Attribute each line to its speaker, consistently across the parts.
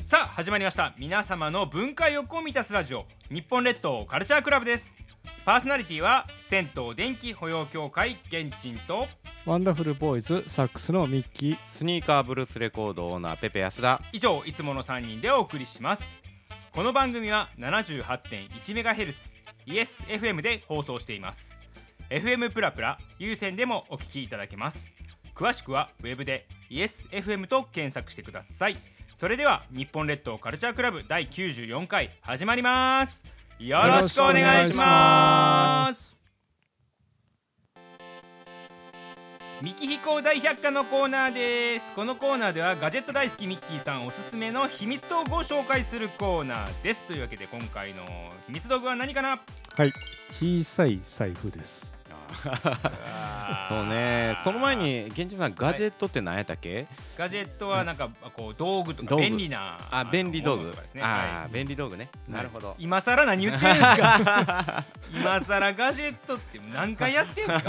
Speaker 1: さあ始まりました皆様の文化欲を満たすラジオ日本列島カルチャークラブですパーソナリティは銭湯電気保養協会現賃と
Speaker 2: ワンダフルボーイズサックスのミッキー
Speaker 3: スニーカーブルースレコードオーナーペペ安田
Speaker 1: 以上いつもの3人でお送りしますこの番組は 78.1MHz イエス FM で放送しています FM プラプラ有線でもお聞きいただけます詳しくはウェブでイエス FM と検索してくださいそれでは日本列島カルチャークラブ第94回始まりますよろしくお願いしますミキ飛行大百科のコーナーですこのコーナーではガジェット大好きミッキーさんおすすめの秘密道具を紹介するコーナーですというわけで今回の秘密道具は何か な
Speaker 2: はい小さい財布です
Speaker 3: そうねその前に源氏さんガジェットって何やったっけ、
Speaker 1: ガジェットはなんかこう道具とか
Speaker 3: 道具
Speaker 1: 便利な
Speaker 3: あ便利道具
Speaker 1: ものとかですね
Speaker 3: あー、
Speaker 1: はい
Speaker 3: 便利道具ね、なるほど
Speaker 1: 今さら何言ってんすか 今さらガジェットって何回やってんすか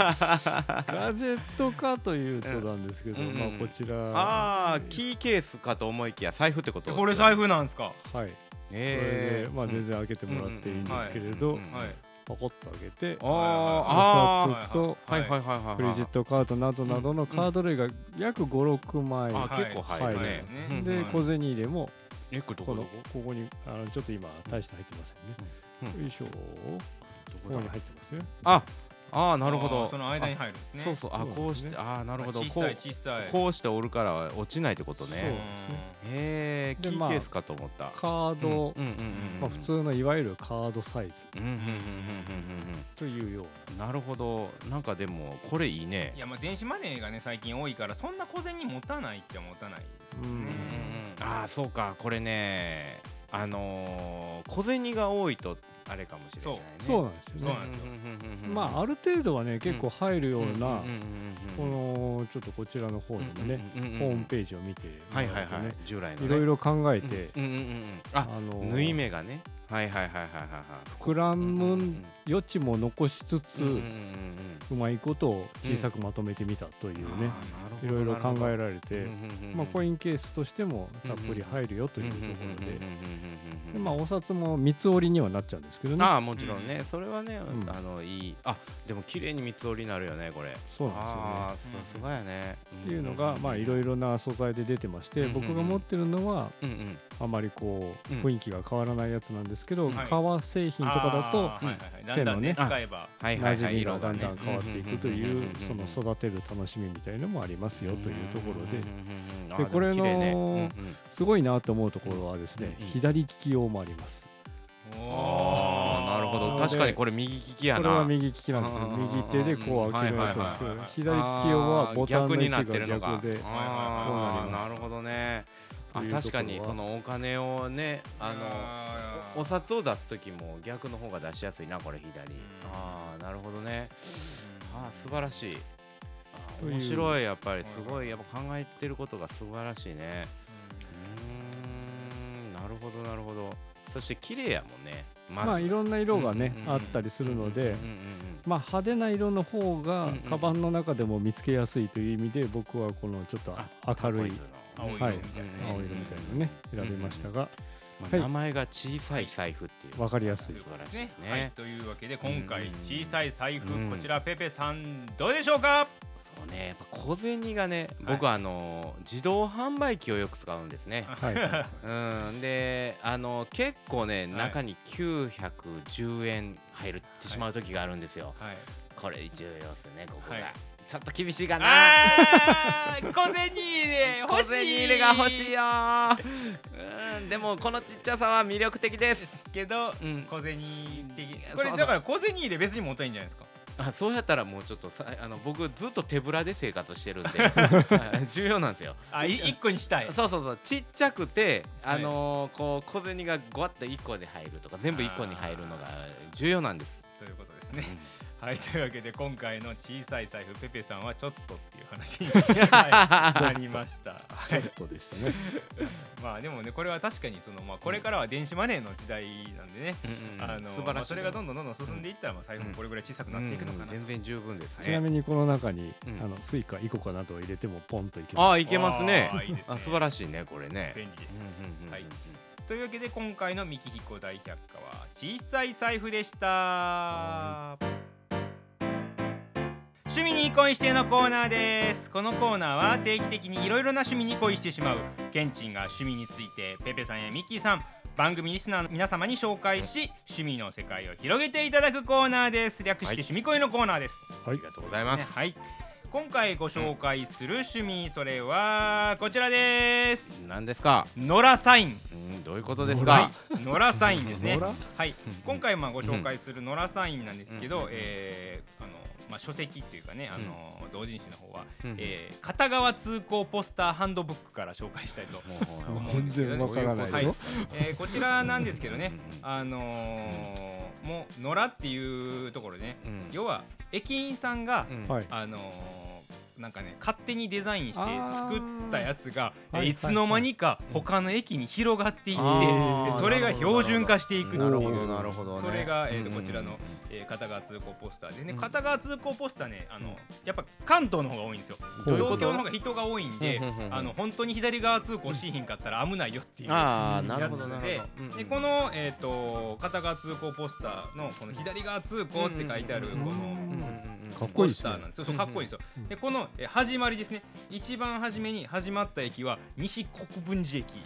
Speaker 2: ガジェットかというとなんですけど、
Speaker 3: うんうん
Speaker 2: まあこちら
Speaker 3: ああキーケースかと思いきや財布ってこと
Speaker 1: これ財布なんですか
Speaker 2: はいこれ
Speaker 3: え
Speaker 2: で
Speaker 3: ー、
Speaker 2: まあ全
Speaker 3: 然
Speaker 2: 然開けてもらっていいんですけれど
Speaker 3: うんうんうん
Speaker 1: はい
Speaker 2: パコッと開けて
Speaker 3: あー
Speaker 2: お
Speaker 3: あ
Speaker 2: 札と
Speaker 3: ーはいはいはいはいはい
Speaker 2: クレジットカードなどなどのカード類が約56枚
Speaker 3: あ
Speaker 1: はい
Speaker 3: 結構入るね、
Speaker 1: はいうい
Speaker 3: ん
Speaker 2: で
Speaker 1: はい
Speaker 2: 小銭入れも
Speaker 3: えこれど
Speaker 2: こ
Speaker 3: こど
Speaker 2: の
Speaker 3: こ
Speaker 2: ここにあのちょっと今大して入ってませんね、
Speaker 3: う
Speaker 2: よいしょここに入ってますよ
Speaker 3: ああーなるほ
Speaker 1: あ
Speaker 3: ど
Speaker 1: ーその間に入るんですね
Speaker 3: そうそうあ
Speaker 2: そうなんですね
Speaker 3: こうしてああなるほど
Speaker 1: 小
Speaker 3: こ
Speaker 1: さいう小さい
Speaker 3: こうして折るから落ちないってこと
Speaker 2: そう
Speaker 3: ね
Speaker 2: ですね
Speaker 3: へえ
Speaker 2: で
Speaker 3: キ
Speaker 2: ま
Speaker 3: ー
Speaker 2: あ
Speaker 3: ケースかと思った
Speaker 2: カー
Speaker 3: うんうん
Speaker 2: ド、
Speaker 3: うんうんうん
Speaker 2: まあ、普通のいわゆるカードサイズ
Speaker 3: うんうんうんうんうん
Speaker 2: というよう
Speaker 3: うんうんなるほどなんかでもこれいいね
Speaker 1: いやまあ電子マネーがね最近多いからそんな小銭持たないっちゃ持たないですよ
Speaker 2: うん
Speaker 1: ね
Speaker 3: ああそうかこれねあのー小銭が多いとあれかもしれないね
Speaker 2: なそうなんです
Speaker 1: そう
Speaker 2: よ
Speaker 1: な
Speaker 2: ね
Speaker 1: ん。ですよ
Speaker 2: まあある程度はね結構入るようなこ
Speaker 3: こ
Speaker 2: のちょっとこちらの方でもね
Speaker 3: ホ
Speaker 2: ホーム
Speaker 3: ー
Speaker 2: ページを見てもら
Speaker 3: はいう
Speaker 2: と
Speaker 3: はいは
Speaker 2: ね
Speaker 3: い従来の
Speaker 2: いろい
Speaker 3: ろ
Speaker 2: ろ考えて
Speaker 3: うんうんうんうん
Speaker 2: あ
Speaker 3: あ
Speaker 2: の
Speaker 3: 縫い目がねはいはいはいはいはいはい
Speaker 2: 膨ら
Speaker 3: うんう
Speaker 2: む
Speaker 3: ん
Speaker 2: 余地も残しつ
Speaker 3: うんうんうん
Speaker 2: つ
Speaker 3: うん
Speaker 2: うまいことを小さくまとめてみたという
Speaker 3: うん
Speaker 2: ね
Speaker 3: あー
Speaker 2: い
Speaker 3: な
Speaker 2: ろい
Speaker 3: る
Speaker 2: ろ
Speaker 3: ほど
Speaker 2: 考えられてまあコインケースとしてもたっぷり入るよというところででまあ
Speaker 3: あ
Speaker 2: お札も三つ折りにはなっちゃうんですけどね
Speaker 3: あーもちろんね、それはね、
Speaker 2: うん
Speaker 3: あのいいあでも綺麗に三つ折りになるよねこれ
Speaker 2: そうなんですよね
Speaker 3: あーさすがやね、
Speaker 2: っていうのがまあいろいろな素材で出てまして
Speaker 3: うんうんう
Speaker 2: 僕
Speaker 3: ん
Speaker 2: が持ってるのは
Speaker 3: うんうん
Speaker 2: あまりこう
Speaker 3: うん
Speaker 2: 雰囲気が変わらないやつなんですけど、
Speaker 1: うんはい
Speaker 2: 革製品とかだ
Speaker 1: あーはいはいはいだ
Speaker 2: 手
Speaker 1: んだ
Speaker 2: の
Speaker 1: ん
Speaker 2: ね
Speaker 1: ね使えば
Speaker 3: はい
Speaker 2: と
Speaker 3: は
Speaker 2: 馴
Speaker 3: いは
Speaker 2: 染
Speaker 3: い
Speaker 2: み
Speaker 3: 色
Speaker 2: がだんだん
Speaker 3: ね
Speaker 2: 変わっていくと
Speaker 3: んんん
Speaker 2: い
Speaker 3: ん
Speaker 2: うその育てる楽しみみたいのもありますよというところで
Speaker 3: うんうんうんあ
Speaker 2: で
Speaker 3: も
Speaker 2: これの
Speaker 3: 綺麗ねうんうん
Speaker 2: すごいなと思うところはですね
Speaker 3: うんうん
Speaker 2: 左利き用もあります
Speaker 3: あーなるほど
Speaker 2: なので
Speaker 3: 確かにこれ右利きや
Speaker 2: こ
Speaker 3: な
Speaker 2: れは右利きなんです
Speaker 3: あ
Speaker 2: よ
Speaker 3: ー
Speaker 2: 右手でこう開けるやつなんですけど
Speaker 1: はいはい
Speaker 2: 左利き用はボタンの位置が
Speaker 3: あー逆になってるのか
Speaker 2: 逆で
Speaker 3: あ
Speaker 2: こうなり
Speaker 3: ー
Speaker 2: ます
Speaker 3: なるほどね
Speaker 2: と
Speaker 3: あ
Speaker 2: いうところは
Speaker 3: 確かにそのお金をねあのお
Speaker 1: の
Speaker 3: 札を出す時も逆の方が出しやすいなこれ左ああなるほどねああ素晴らしいああ
Speaker 2: という
Speaker 3: 面白いやっぱ
Speaker 1: は
Speaker 3: り
Speaker 1: い
Speaker 3: すごいやっぱ考えてることが素晴らしいねうーんなるほどなるほどそして綺麗やもんねまず
Speaker 2: まあいろんな色がね
Speaker 3: うんうんうん
Speaker 2: あったりするので
Speaker 3: うんうん
Speaker 2: まあ、派手な色の方
Speaker 3: うん
Speaker 2: が
Speaker 3: うん
Speaker 2: カバンの中でも見つけやすいという意味で僕はこのちょっと明
Speaker 3: うんうん
Speaker 2: るい
Speaker 3: タコ
Speaker 1: 青
Speaker 3: イ
Speaker 1: 色みた
Speaker 3: ズの
Speaker 2: はいい
Speaker 1: なね
Speaker 2: 青色みたいなのね
Speaker 3: うん
Speaker 2: 選びましたが
Speaker 3: ま
Speaker 2: は
Speaker 3: あ
Speaker 2: い
Speaker 3: 名前が小さい財布っていう
Speaker 2: 分かりやすい
Speaker 3: 素晴らしい
Speaker 1: ね
Speaker 3: ですね
Speaker 1: はい、というわけで今回
Speaker 3: うん
Speaker 1: 小さい財布、
Speaker 3: うん
Speaker 1: こちらペペさんどうでしょうか、
Speaker 3: そうねやっぱ小銭がね
Speaker 1: はい
Speaker 3: 僕はあの自動販売機をよく使うんですね
Speaker 2: はいはい
Speaker 3: うんであの結構ね
Speaker 1: い
Speaker 3: 中に910円入るってしまう時があるんですよ
Speaker 1: はい、
Speaker 3: これ重要っすねここ
Speaker 1: はい
Speaker 3: がちょっと厳しいかな
Speaker 1: あー小銭入れ欲
Speaker 3: 小
Speaker 1: しい
Speaker 3: 銭入れが欲しいよーうんでもこのちっちゃさは魅力的です
Speaker 1: けど、
Speaker 3: うん
Speaker 1: 小銭的
Speaker 3: や
Speaker 1: これ
Speaker 3: そうそう
Speaker 1: だから小銭入れ別に持たないんじゃないですか
Speaker 3: あそうやったらもうちょっとさあの僕ずっと手ぶらで生活してるんで はい重要なんですよ
Speaker 1: あい一個にしたい
Speaker 3: そうそうそうちっちゃくて
Speaker 1: は
Speaker 3: あ
Speaker 1: い
Speaker 3: のーこう小銭がごわっと1個で入るとか全部1個に入るのが重要なんです
Speaker 1: ということですね、はいというわけで今回の小さい財布ペペさんはちょっとっていう話に、 はい、なりました。はい
Speaker 2: ちょっとでしたね。
Speaker 1: まあでもねこれは確かにそのまあこれからは電子マネーの時代なんでね、
Speaker 3: うんうん
Speaker 1: あの
Speaker 3: 素晴らしい
Speaker 1: まあそれがどんどんどんどん進んでいったらまあ財布もこれぐらい小さくなっていくのかな
Speaker 3: うん。全然十分です
Speaker 2: ちな
Speaker 3: ね。
Speaker 2: みにこの中に、
Speaker 3: うん
Speaker 2: あのスイカイコカなどを入れてもポンといけ
Speaker 3: あ
Speaker 2: ま
Speaker 3: あ
Speaker 2: す。
Speaker 3: いけますね
Speaker 1: あーいいですね
Speaker 3: あ素晴らしいねこれね。
Speaker 1: 便利です。
Speaker 3: うんうんうんうん
Speaker 1: はい。というわけで今回のミキヒコ大百科は小さい財布でした。趣味に恋してのコーナーですこのコーナーは定期的にいろいろな趣味に恋してしまうケンチンが趣味についてペペさんやミッキーさん番組リスナーの皆様に紹介し趣味の世界を広げていただくコーナーです略して
Speaker 3: はい
Speaker 1: 趣味恋のコーナーです、
Speaker 2: は
Speaker 3: あ
Speaker 2: い
Speaker 3: り。がとうございま
Speaker 1: ね
Speaker 3: す。
Speaker 1: はい今回ご紹介する趣味それはこちらです
Speaker 3: 何ですか。
Speaker 1: ノラサイン
Speaker 3: うんどういうことです
Speaker 1: は
Speaker 3: か。
Speaker 1: い、野良サインですね
Speaker 2: 野良。
Speaker 1: はい、今回まあご紹介する野良サインなんですけど、えーあのまあ書籍というかね、あの同人誌の方は、
Speaker 3: うん
Speaker 1: えー片側通行ポスターハンドブックから紹介したいと
Speaker 3: も
Speaker 1: 思
Speaker 3: う
Speaker 1: うん
Speaker 2: 全
Speaker 1: ですけど
Speaker 2: 然
Speaker 1: ね
Speaker 2: わからない
Speaker 1: は
Speaker 2: ぞ
Speaker 1: い。、えーこちらなんですけどね
Speaker 3: うんうん、
Speaker 1: あのーもう野良っていうところでね、
Speaker 3: うん
Speaker 1: 要は駅員さんが、
Speaker 3: うん
Speaker 2: はい。
Speaker 1: あのーなんかね勝手にデザインして
Speaker 2: あー
Speaker 1: 作ったやつが
Speaker 2: はいはいはい
Speaker 1: いつの間にか他の駅に広がっていって、
Speaker 3: あー
Speaker 1: でそれが標準化していくって
Speaker 3: なるほ
Speaker 1: い
Speaker 3: ど
Speaker 1: う。
Speaker 3: なるほどね。
Speaker 1: それが、えーと
Speaker 3: うん
Speaker 1: こちらの、えー片側通行ポスターでね片側通行ポスターねあのやっぱ関東の方が多いんですよ
Speaker 2: どういうこ
Speaker 1: 東
Speaker 2: と
Speaker 1: 京の方が人が多いんで
Speaker 3: うんうんうんうん
Speaker 1: あの本当に左側通行しひんかったら危ないよっていう
Speaker 3: ああなる
Speaker 1: や
Speaker 3: ほどな
Speaker 1: つ
Speaker 3: る
Speaker 1: で
Speaker 3: ほどうんうん。
Speaker 1: でこの、えー、と片側通行ポスターのこの左側通行って書いてあるこ
Speaker 3: うん
Speaker 2: うん
Speaker 1: の
Speaker 2: うん
Speaker 3: うんうんうん
Speaker 2: かっ
Speaker 1: ポ
Speaker 2: こいいで
Speaker 1: ス
Speaker 2: す
Speaker 1: タ
Speaker 2: ね
Speaker 1: ーなんですよ。そうかっこいいんですよ。でこのえー始まりですね。一番初めに始まった駅は西国分寺駅。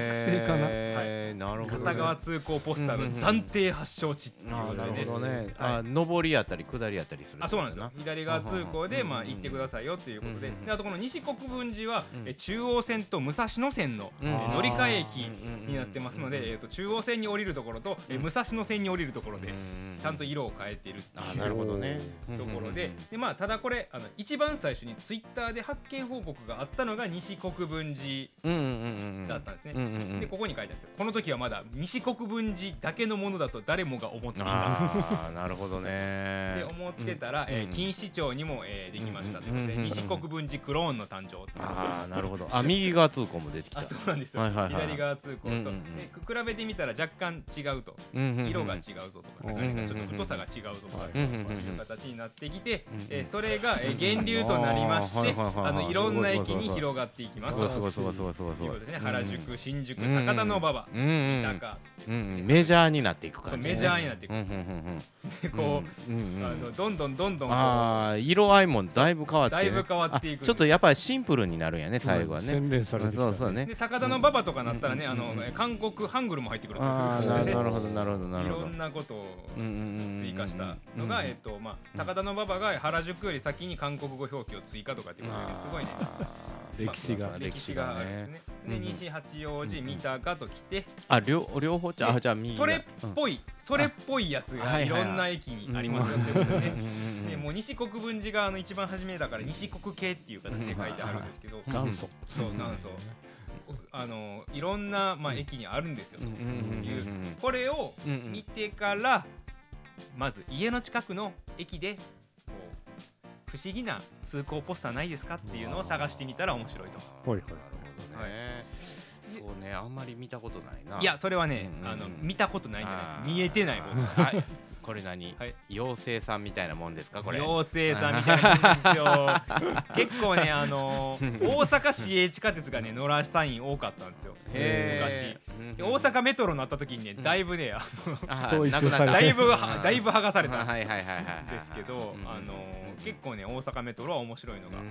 Speaker 3: へーなるほどね。
Speaker 1: 片側通行ポスターの暫定発祥地っていう
Speaker 3: あ
Speaker 1: こ
Speaker 3: ーな
Speaker 1: と
Speaker 3: る
Speaker 1: でね
Speaker 3: ほどね。
Speaker 1: はい
Speaker 3: あー上りあたり下りあたりする。
Speaker 1: あそうなんですよ。左側通行でまあ行ってくださいよっていうこと
Speaker 3: う
Speaker 1: で
Speaker 3: んうんうん
Speaker 1: であとこの西国分寺は
Speaker 3: うん
Speaker 1: えー中央線と武蔵野線のえ
Speaker 3: うん
Speaker 1: ー乗り換え
Speaker 3: うん
Speaker 1: 駅
Speaker 3: うんうんうん
Speaker 1: になってますのでえーと中央線に降りるところとえー武蔵野線に降りるところでちゃんと色を変えてるって
Speaker 3: あ
Speaker 1: い
Speaker 3: ー
Speaker 1: う
Speaker 3: なるほどね。
Speaker 1: ところで,、
Speaker 3: うんうん
Speaker 1: でまあ、ただこれあの一番最初にツイッターで発見報告があったのが西国分寺
Speaker 3: うんうんうんうん。
Speaker 1: だったんですね。
Speaker 3: うんうんうん
Speaker 1: でここに書いてあるんですよこの時はまだ西国分寺だけのものだと誰もが思っていた
Speaker 3: ああなるほど
Speaker 1: って
Speaker 3: ね。
Speaker 1: 思ってたら、
Speaker 3: うん
Speaker 1: え
Speaker 3: う
Speaker 1: ー
Speaker 3: ん
Speaker 1: 錦糸町にも、えーできましたということで、
Speaker 3: うんうん
Speaker 1: 西国分寺クローンの誕生っていう
Speaker 3: ああなるほど。あ右側通行も出てきた。
Speaker 1: あ そうなんですよ、
Speaker 3: はいはいはい
Speaker 1: 左側通行と、
Speaker 3: うんうんうん
Speaker 1: でく比べてみたら若干違うと
Speaker 3: うんうんうん
Speaker 1: 色が違うぞとか、
Speaker 2: うん
Speaker 1: なんかねちょっと太さが違うぞとか、
Speaker 2: うん
Speaker 1: そういう形になってきて、
Speaker 3: うん
Speaker 1: えーそれが、えー源流となりまして、
Speaker 3: うんあーはいはいはい
Speaker 1: あのいろんな駅に
Speaker 3: すごいすごいすごい
Speaker 1: 広がっていきます
Speaker 3: す
Speaker 1: と
Speaker 3: ごいすごいすごいすごいす
Speaker 1: という
Speaker 3: ごいすご
Speaker 1: こ
Speaker 3: い
Speaker 1: とでね、原宿、新宿、高田馬場、
Speaker 3: うんうん
Speaker 1: 三鷹って
Speaker 3: うん
Speaker 1: いう
Speaker 3: うんメジャーになっていく
Speaker 1: そう
Speaker 3: 感じ
Speaker 1: メジャーになってい
Speaker 3: うんうんうん
Speaker 1: く、
Speaker 3: うん
Speaker 1: こ
Speaker 3: うんうん
Speaker 1: う、
Speaker 3: うん
Speaker 1: あのどんどんどんどんこう
Speaker 3: ああ色合いもだいぶ変わって
Speaker 1: だいぶ変わっていくんです
Speaker 3: あちょっとやっぱりシンプルになるんやね最後はね
Speaker 2: 洗練さ
Speaker 3: そ
Speaker 2: れ
Speaker 3: う
Speaker 2: てきた。
Speaker 3: そうだね
Speaker 1: で高田馬場とかなったらね、あのえー韓国ハングルも入ってくるという
Speaker 3: ああ
Speaker 1: こと
Speaker 3: な
Speaker 1: で
Speaker 3: なるほどなるほどないるほ
Speaker 1: ろ
Speaker 3: ど
Speaker 1: んなことを
Speaker 3: うんうんうんうん
Speaker 1: 追加したのが、
Speaker 3: うん
Speaker 1: えっとまあ、高田馬場が原宿より先に韓国語表記を追加とかっていうことですごいね
Speaker 2: 歴史が
Speaker 1: 歴史があるんですね。で
Speaker 3: うん
Speaker 1: 西八王子三鷹と来て、
Speaker 3: あ両両方じゃあ
Speaker 1: で
Speaker 3: じゃあ右が
Speaker 1: それっ
Speaker 3: うん
Speaker 1: ぽい、それっぽいやつ
Speaker 3: あは
Speaker 1: が
Speaker 3: い
Speaker 1: い
Speaker 3: はいはい
Speaker 1: ろんな駅にありますよってことでね。
Speaker 3: うん
Speaker 1: でもう西国分寺があの一番初めだから西国系っていう形で書いてあるんですけど、
Speaker 2: 元祖。
Speaker 1: そうなんそうあのいろんなまあ駅にあるんですよと
Speaker 3: うんうんうん
Speaker 1: いう
Speaker 3: うんうんうん
Speaker 1: これを
Speaker 3: うんうん
Speaker 1: 見てからまず家の近くの駅でこう不思議な通行ポスターないですかっていうのを探してみたら面白いと。
Speaker 2: ほいほい
Speaker 3: なるほどねそうねあんまり見たことないない
Speaker 1: やそれはね、
Speaker 3: うんうんうん
Speaker 1: あの見たことないんじゃない
Speaker 3: あ
Speaker 1: で
Speaker 3: ー
Speaker 1: す見えてない方です
Speaker 3: はいこれ何
Speaker 1: はい
Speaker 3: 妖精さんみたいなもんですかこれ
Speaker 1: 妖精さんみたいなもんですよ 結構ねあの大阪市営地下鉄がね野良サイン多かったんですよ
Speaker 3: へーうんうん
Speaker 1: 昔で大阪メトロになった時にねだいぶねあの
Speaker 3: あ
Speaker 2: 統一
Speaker 3: なくなった
Speaker 2: されて
Speaker 1: だいぶはだいぶ剥がされた
Speaker 3: はい
Speaker 1: ん
Speaker 3: はいはいはいはい
Speaker 1: ですけど
Speaker 3: うん
Speaker 1: あの
Speaker 3: うん
Speaker 1: 結構ね大阪メトロは面白いのが
Speaker 3: うん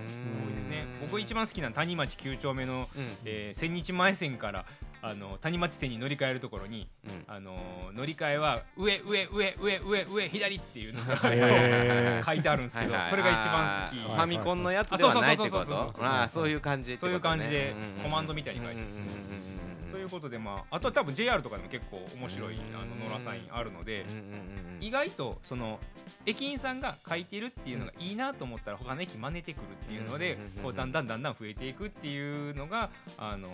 Speaker 1: 多いですね僕一番好きなのは谷町9丁目の、
Speaker 3: うん
Speaker 1: えー千日前線からあの谷町線に乗り換えるところに、
Speaker 3: うん
Speaker 1: あのー乗り換えは上上上上上上左っていうのが
Speaker 2: へえ
Speaker 1: 書いてあるんですけど、それが一番
Speaker 3: あ
Speaker 1: 好
Speaker 3: ーフ
Speaker 1: き
Speaker 2: は
Speaker 3: ァ
Speaker 2: い
Speaker 3: ミコンのやつではないってこ
Speaker 1: あそうそうそうそうそうそうそう
Speaker 3: とああそういう感じって
Speaker 1: そう
Speaker 3: こ
Speaker 1: いう
Speaker 3: とね
Speaker 1: 感じでコマンドみたい
Speaker 3: うん
Speaker 1: に
Speaker 3: うん
Speaker 1: 書い
Speaker 3: うん
Speaker 1: てますねということでまああとは多分 JR とかでも結構面白いあの野良サインあるので、
Speaker 3: うんうんうん
Speaker 1: 意外とその駅員さんが書いてるっていうのがいいなと思ったら他の駅真似てくるっていうので
Speaker 3: うん
Speaker 1: こうだんだんだんだん増えていくっていうのが、あのー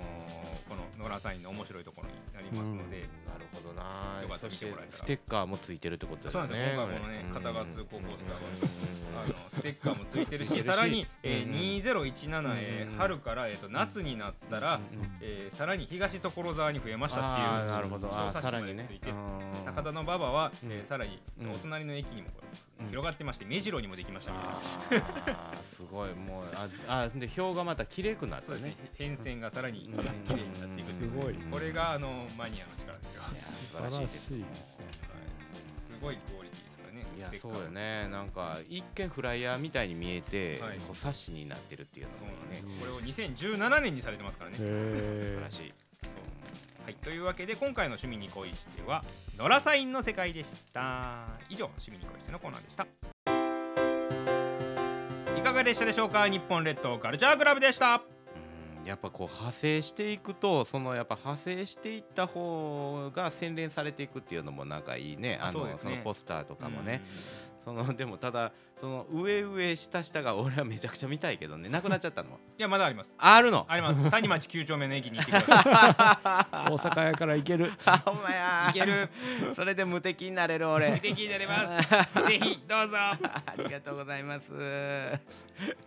Speaker 1: このノラサインの面白いところになりますので、
Speaker 3: なるほどな
Speaker 1: よかった
Speaker 3: そ
Speaker 1: ら見
Speaker 3: してて
Speaker 1: もらえたら
Speaker 3: ステッカーもついてるってことだ
Speaker 1: そうなん
Speaker 3: よね
Speaker 1: です今回このね
Speaker 3: うん
Speaker 1: 片側通行コースが
Speaker 3: うん
Speaker 1: あのステッカーもついてる
Speaker 3: ついて
Speaker 1: し
Speaker 3: るし
Speaker 1: さらに、え
Speaker 3: うん
Speaker 1: ー2017、えー春から、えー、と夏になったら、えーさらに東所沢に増えましたっていう
Speaker 3: あーなるほどあー
Speaker 1: 小冊
Speaker 3: さ
Speaker 1: 子
Speaker 3: ら
Speaker 1: ま
Speaker 3: に
Speaker 1: で
Speaker 3: ね
Speaker 1: ついて
Speaker 3: うん
Speaker 1: 高田の馬場は、
Speaker 3: うん
Speaker 1: えーさらに
Speaker 3: うん
Speaker 1: お隣の駅にもこれ広がってまして目白にもできましたみたいな
Speaker 3: あーすごいもうああで表がまた綺麗くなった
Speaker 1: そうですね
Speaker 3: ね。
Speaker 1: 変遷がさらに
Speaker 3: うん
Speaker 1: 綺麗になっていくという
Speaker 2: すごい
Speaker 1: これがあのマニアの力ですよ。はい
Speaker 3: 素
Speaker 2: 素
Speaker 3: 晴
Speaker 2: 晴
Speaker 3: らしいで
Speaker 2: ら
Speaker 3: す
Speaker 2: しいですね
Speaker 1: すごいクオリティですからね。
Speaker 3: いや
Speaker 1: ステッカ
Speaker 3: そう
Speaker 1: ー
Speaker 3: よねなんか一見フライヤーみたいに見えて、
Speaker 1: はい
Speaker 3: こう冊子になってるっていうの
Speaker 1: そう
Speaker 3: も
Speaker 1: なんで
Speaker 3: ね
Speaker 1: す。これを2017年にされてますからね。
Speaker 2: へ
Speaker 3: 素晴
Speaker 2: え
Speaker 3: らしい
Speaker 1: そうはいというわけで今回の「趣味に恋して」は野良サインの世界でした以上「趣味に恋して」のコーナーでしたいかがでしたでしょうか日本列島カルチャークラブでした
Speaker 3: うんやっぱこう派生していくとそのやっぱ派生していった方が洗練されていくっていうのもなんかいいね
Speaker 1: あ
Speaker 3: あの
Speaker 1: そうですね
Speaker 3: のポスターとかもねそのでもただその上上下下が俺はめちゃくちゃ見たいけどねなくなっちゃっ たの
Speaker 1: いやまだあります
Speaker 3: あるの
Speaker 1: あり ます谷町9丁目の駅に行ってくださ
Speaker 2: 大阪やから行ける
Speaker 3: あほんまや
Speaker 1: いいける
Speaker 3: それで無敵になれる
Speaker 1: 無
Speaker 3: 俺
Speaker 1: 敵になれますぜひどうぞ
Speaker 3: ありがとうございます。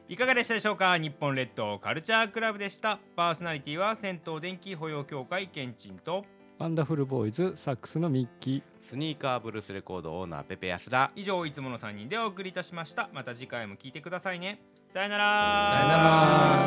Speaker 1: いかがでしたでしょうか日本列島カルチャークラブでしたパーソナリティは銭湯電気保養協会けんちんと
Speaker 2: ワンダフルボーイズサックスのミッキー
Speaker 3: スニーカーブルースレコードオーナーペペ安田。
Speaker 1: 以上いつもの3人でお送りいたしましたまた次回も聞いてくださいねさよなら
Speaker 3: ら。